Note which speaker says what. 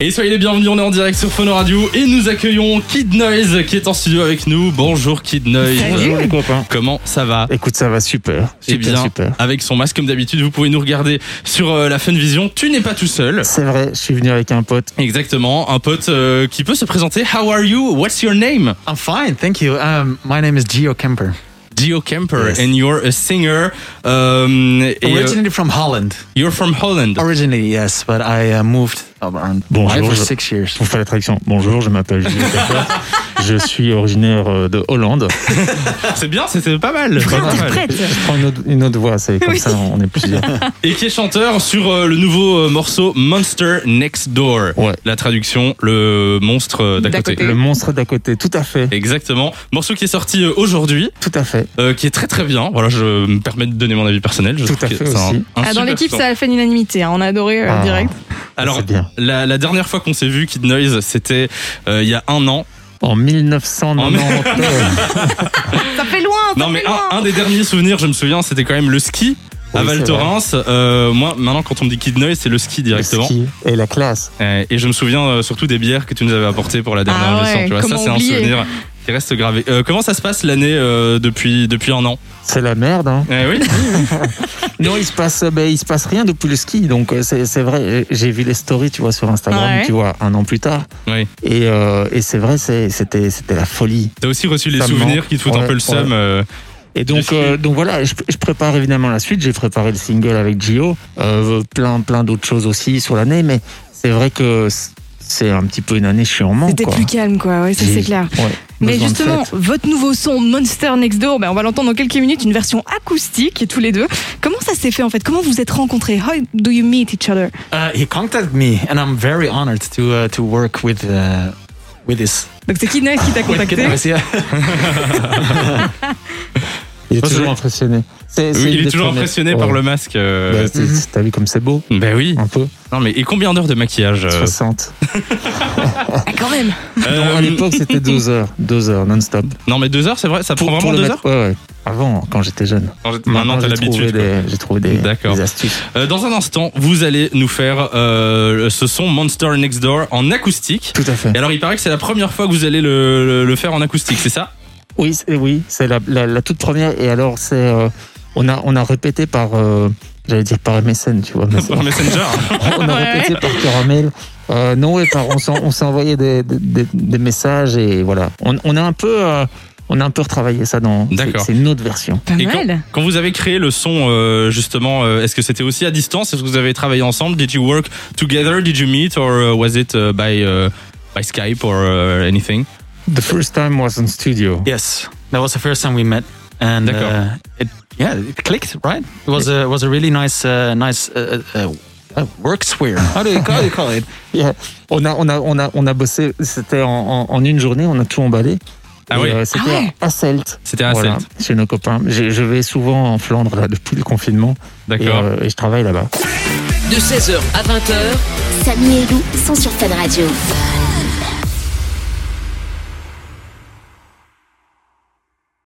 Speaker 1: Et soyez les bienvenus, on est en direct sur Phono Radio et nous accueillons Kid Noise qui est en studio avec nous. Bonjour Kid Noise.
Speaker 2: Bonjour les copains.
Speaker 1: Comment ça va
Speaker 2: Écoute, ça va super.
Speaker 1: Eh
Speaker 2: Super,
Speaker 1: bien,
Speaker 2: super.
Speaker 1: avec son masque comme d'habitude, vous pouvez nous regarder sur euh, la Funvision. Tu n'es pas tout seul.
Speaker 2: C'est vrai, je suis venu avec un pote.
Speaker 1: Exactement, un pote euh, qui peut se présenter. How are you What's your name
Speaker 3: I'm fine, thank you. Um, my name is Gio Kemper.
Speaker 1: Gio Kemper
Speaker 2: Yes.
Speaker 1: and you're a singer. Um, et, euh,
Speaker 3: Originally from Holland.
Speaker 1: you're from
Speaker 2: Oh.
Speaker 1: Holland.
Speaker 3: Originally, yes, but I uh, moved around
Speaker 2: Bonjour,
Speaker 3: for
Speaker 2: je-
Speaker 3: six years.
Speaker 2: Pour faire l'attraction. Bonjour, je m'appelle Julien Cacot. Je suis originaire euh, de Hollande.
Speaker 1: C'est bien, c'était pas mal.
Speaker 2: Très
Speaker 1: Pas mal.
Speaker 4: interprète.
Speaker 2: Je prends une autre, une autre voix, c'est comme ça, on est plusieurs.
Speaker 1: Et qui est chanteur sur euh, le nouveau euh, morceau Monster Next Door.
Speaker 2: Ouais.
Speaker 1: La traduction, le monstre euh, d'à
Speaker 4: D'à
Speaker 1: côté.
Speaker 4: côté.
Speaker 2: Le monstre d'à côté, tout à fait,
Speaker 1: Exactement. Morceau qui est sorti euh, aujourd'hui,
Speaker 2: tout à fait.
Speaker 1: euh, qui est très très bien. Voilà, je me permets de donner mon avis personnel. Je
Speaker 2: Tout
Speaker 1: trouve
Speaker 2: à
Speaker 1: que
Speaker 2: fait
Speaker 1: c'est un-
Speaker 2: aussi.
Speaker 1: un
Speaker 4: Ah, dans
Speaker 1: super
Speaker 4: l'équipe,
Speaker 1: son.
Speaker 4: ça a fait l'unanimité. hein. On a adoré euh,
Speaker 2: Ah.
Speaker 4: direct.
Speaker 1: Alors,
Speaker 2: C'est bien.
Speaker 1: la, la dernière fois qu'on s'est vu, Kid Noise, c'était euh, il y a un an.
Speaker 4: Ah,
Speaker 2: En 1999.
Speaker 4: Ça fait loin. Ça
Speaker 1: Non, mais
Speaker 4: fait
Speaker 1: un,
Speaker 4: loin.
Speaker 1: un des derniers souvenirs, je me souviens, c'était quand même le ski à
Speaker 2: Oui,
Speaker 1: Val
Speaker 2: c'est
Speaker 1: Thorens. Euh, moi, maintenant, quand on me dit Kid Noise, c'est le ski
Speaker 2: Le
Speaker 1: directement.
Speaker 2: ski et la classe.
Speaker 1: Euh, Et je me souviens euh, surtout des bières que tu nous avais apportées pour la dernière
Speaker 4: Ah ouais,
Speaker 1: leçon. Tu vois, ça,
Speaker 4: comment
Speaker 1: c'est un
Speaker 4: oublier
Speaker 1: souvenir qui reste gravé. Euh, comment ça se passe l'année euh, depuis, depuis un an
Speaker 2: C'est la merde. Hein.
Speaker 1: Eh Oui,
Speaker 2: Non, il se passe, ben, il se passe rien depuis le ski, donc euh, c'est c'est vrai. J'ai vu les stories, tu vois, sur Instagram,
Speaker 4: Ouais.
Speaker 2: tu vois, un an plus tard.
Speaker 1: Oui.
Speaker 2: Et, euh, et c'est vrai, c'est- c'était c'était la folie.
Speaker 1: T'as aussi reçu les
Speaker 2: Ça me
Speaker 1: souvenirs
Speaker 2: manque.
Speaker 1: qui te foutent un
Speaker 2: Ouais,
Speaker 1: peu le seum.
Speaker 2: ouais.
Speaker 1: euh,
Speaker 2: Et
Speaker 1: Dessus.
Speaker 2: donc, euh, donc voilà, je, je prépare évidemment la suite. J'ai préparé le single avec Gio, euh, plein, plein d'autres choses aussi sur l'année, mais c'est vrai que c- c'est un petit peu une année, je suis en manque.
Speaker 4: C'était
Speaker 2: quoi.
Speaker 4: plus calme, quoi. Ouais, ça
Speaker 2: J'ai-
Speaker 4: c'est clair.
Speaker 2: ouais,
Speaker 4: Mais
Speaker 2: besoin de
Speaker 4: justement,
Speaker 2: fête.
Speaker 4: votre nouveau son Monster Next Door, ben, on va l'entendre dans quelques minutes, une version acoustique tous les deux. Comment ça s'est fait en fait Comment vous êtes rencontrés How do you meet each other
Speaker 3: Uh, he contacted me, and I'm very honored to uh, to work with uh, with this.
Speaker 4: Donc c'est Kid Noise qui t'a
Speaker 3: With
Speaker 4: contacté.
Speaker 3: Kidnappers, yeah.
Speaker 2: il est
Speaker 1: Moi,
Speaker 2: toujours
Speaker 1: je-
Speaker 2: impressionné. C'est- c'est
Speaker 1: oui,
Speaker 2: une
Speaker 1: il est
Speaker 2: des
Speaker 1: toujours
Speaker 2: premières-
Speaker 1: impressionné
Speaker 2: ouais.
Speaker 1: par le masque. euh,
Speaker 2: Bah, c'est- c'est- T'as vu comme c'est beau,
Speaker 1: Ben oui.
Speaker 2: un peu,
Speaker 1: Non mais et combien d'heures de maquillage euh,
Speaker 2: 60.
Speaker 4: Ah, quand même.
Speaker 2: Non,
Speaker 1: euh,
Speaker 2: à l'époque, c'était deux heures, deux heures non-stop.
Speaker 1: Non mais deux heures, c'est vrai. Ça prend vraiment
Speaker 2: le
Speaker 1: deux
Speaker 2: mettre-
Speaker 1: heures.
Speaker 2: ouais, ouais. Avant, quand j'étais jeune.
Speaker 1: Quand j'étais- Maintenant t'as
Speaker 2: j'ai trouvé
Speaker 1: l'habitude. quoi.
Speaker 2: des- J'ai trouvé des,
Speaker 1: D'accord.
Speaker 2: des astuces.
Speaker 1: Euh, Dans un instant, vous allez nous faire euh, ce son Monster Next Door en acoustique.
Speaker 2: Tout à fait.
Speaker 1: Et alors il paraît que c'est la première fois que vous allez le, le- le faire en acoustique, c'est ça
Speaker 2: Oui, c'est oui, c'est la, la- la toute première. Et alors, c'est euh, on a on a répété par euh, j'allais dire par MSN, tu vois. mais c'est-
Speaker 1: Par Messenger
Speaker 2: on a répété par caramel. Euh, non, et par on s'en- on s'est envoyé des, des- des messages et voilà. On, on a un peu euh, on a un peu retravaillé ça dans. c'est-
Speaker 1: D'accord.
Speaker 2: C'est une autre version.
Speaker 4: Pas
Speaker 1: Et quand,
Speaker 4: mal.
Speaker 1: quand vous avez créé le son, euh, justement, euh, est-ce que c'était aussi à distance Est-ce que vous avez travaillé ensemble Did you work together Did you meet Or uh, was it uh, by, uh, by Skype or uh, anything
Speaker 2: The first time was in studio.
Speaker 3: yes, that was the first time we met, and
Speaker 1: D'accord.
Speaker 3: uh, it yeah it clicked right. It was a was a really nice uh, nice uh, uh, uh, work sphere. How do you how do you call it?
Speaker 2: Yeah. On a on a on a on a bossé. C'était en, en- en une journée, on a tout emballé.
Speaker 1: Ah
Speaker 2: Et,
Speaker 1: oui.
Speaker 2: euh, C'était
Speaker 4: Ah ouais.
Speaker 2: à Celt.
Speaker 1: C'était à
Speaker 2: Voilà,
Speaker 1: Celt.
Speaker 2: chez nos copains. J'ai- Je vais souvent en Flandre là, depuis le confinement et,
Speaker 1: D'accord.
Speaker 2: euh, et je travaille là-bas.
Speaker 5: de 16h à 20h.
Speaker 6: Samy et Lou sont sur Fun Radio.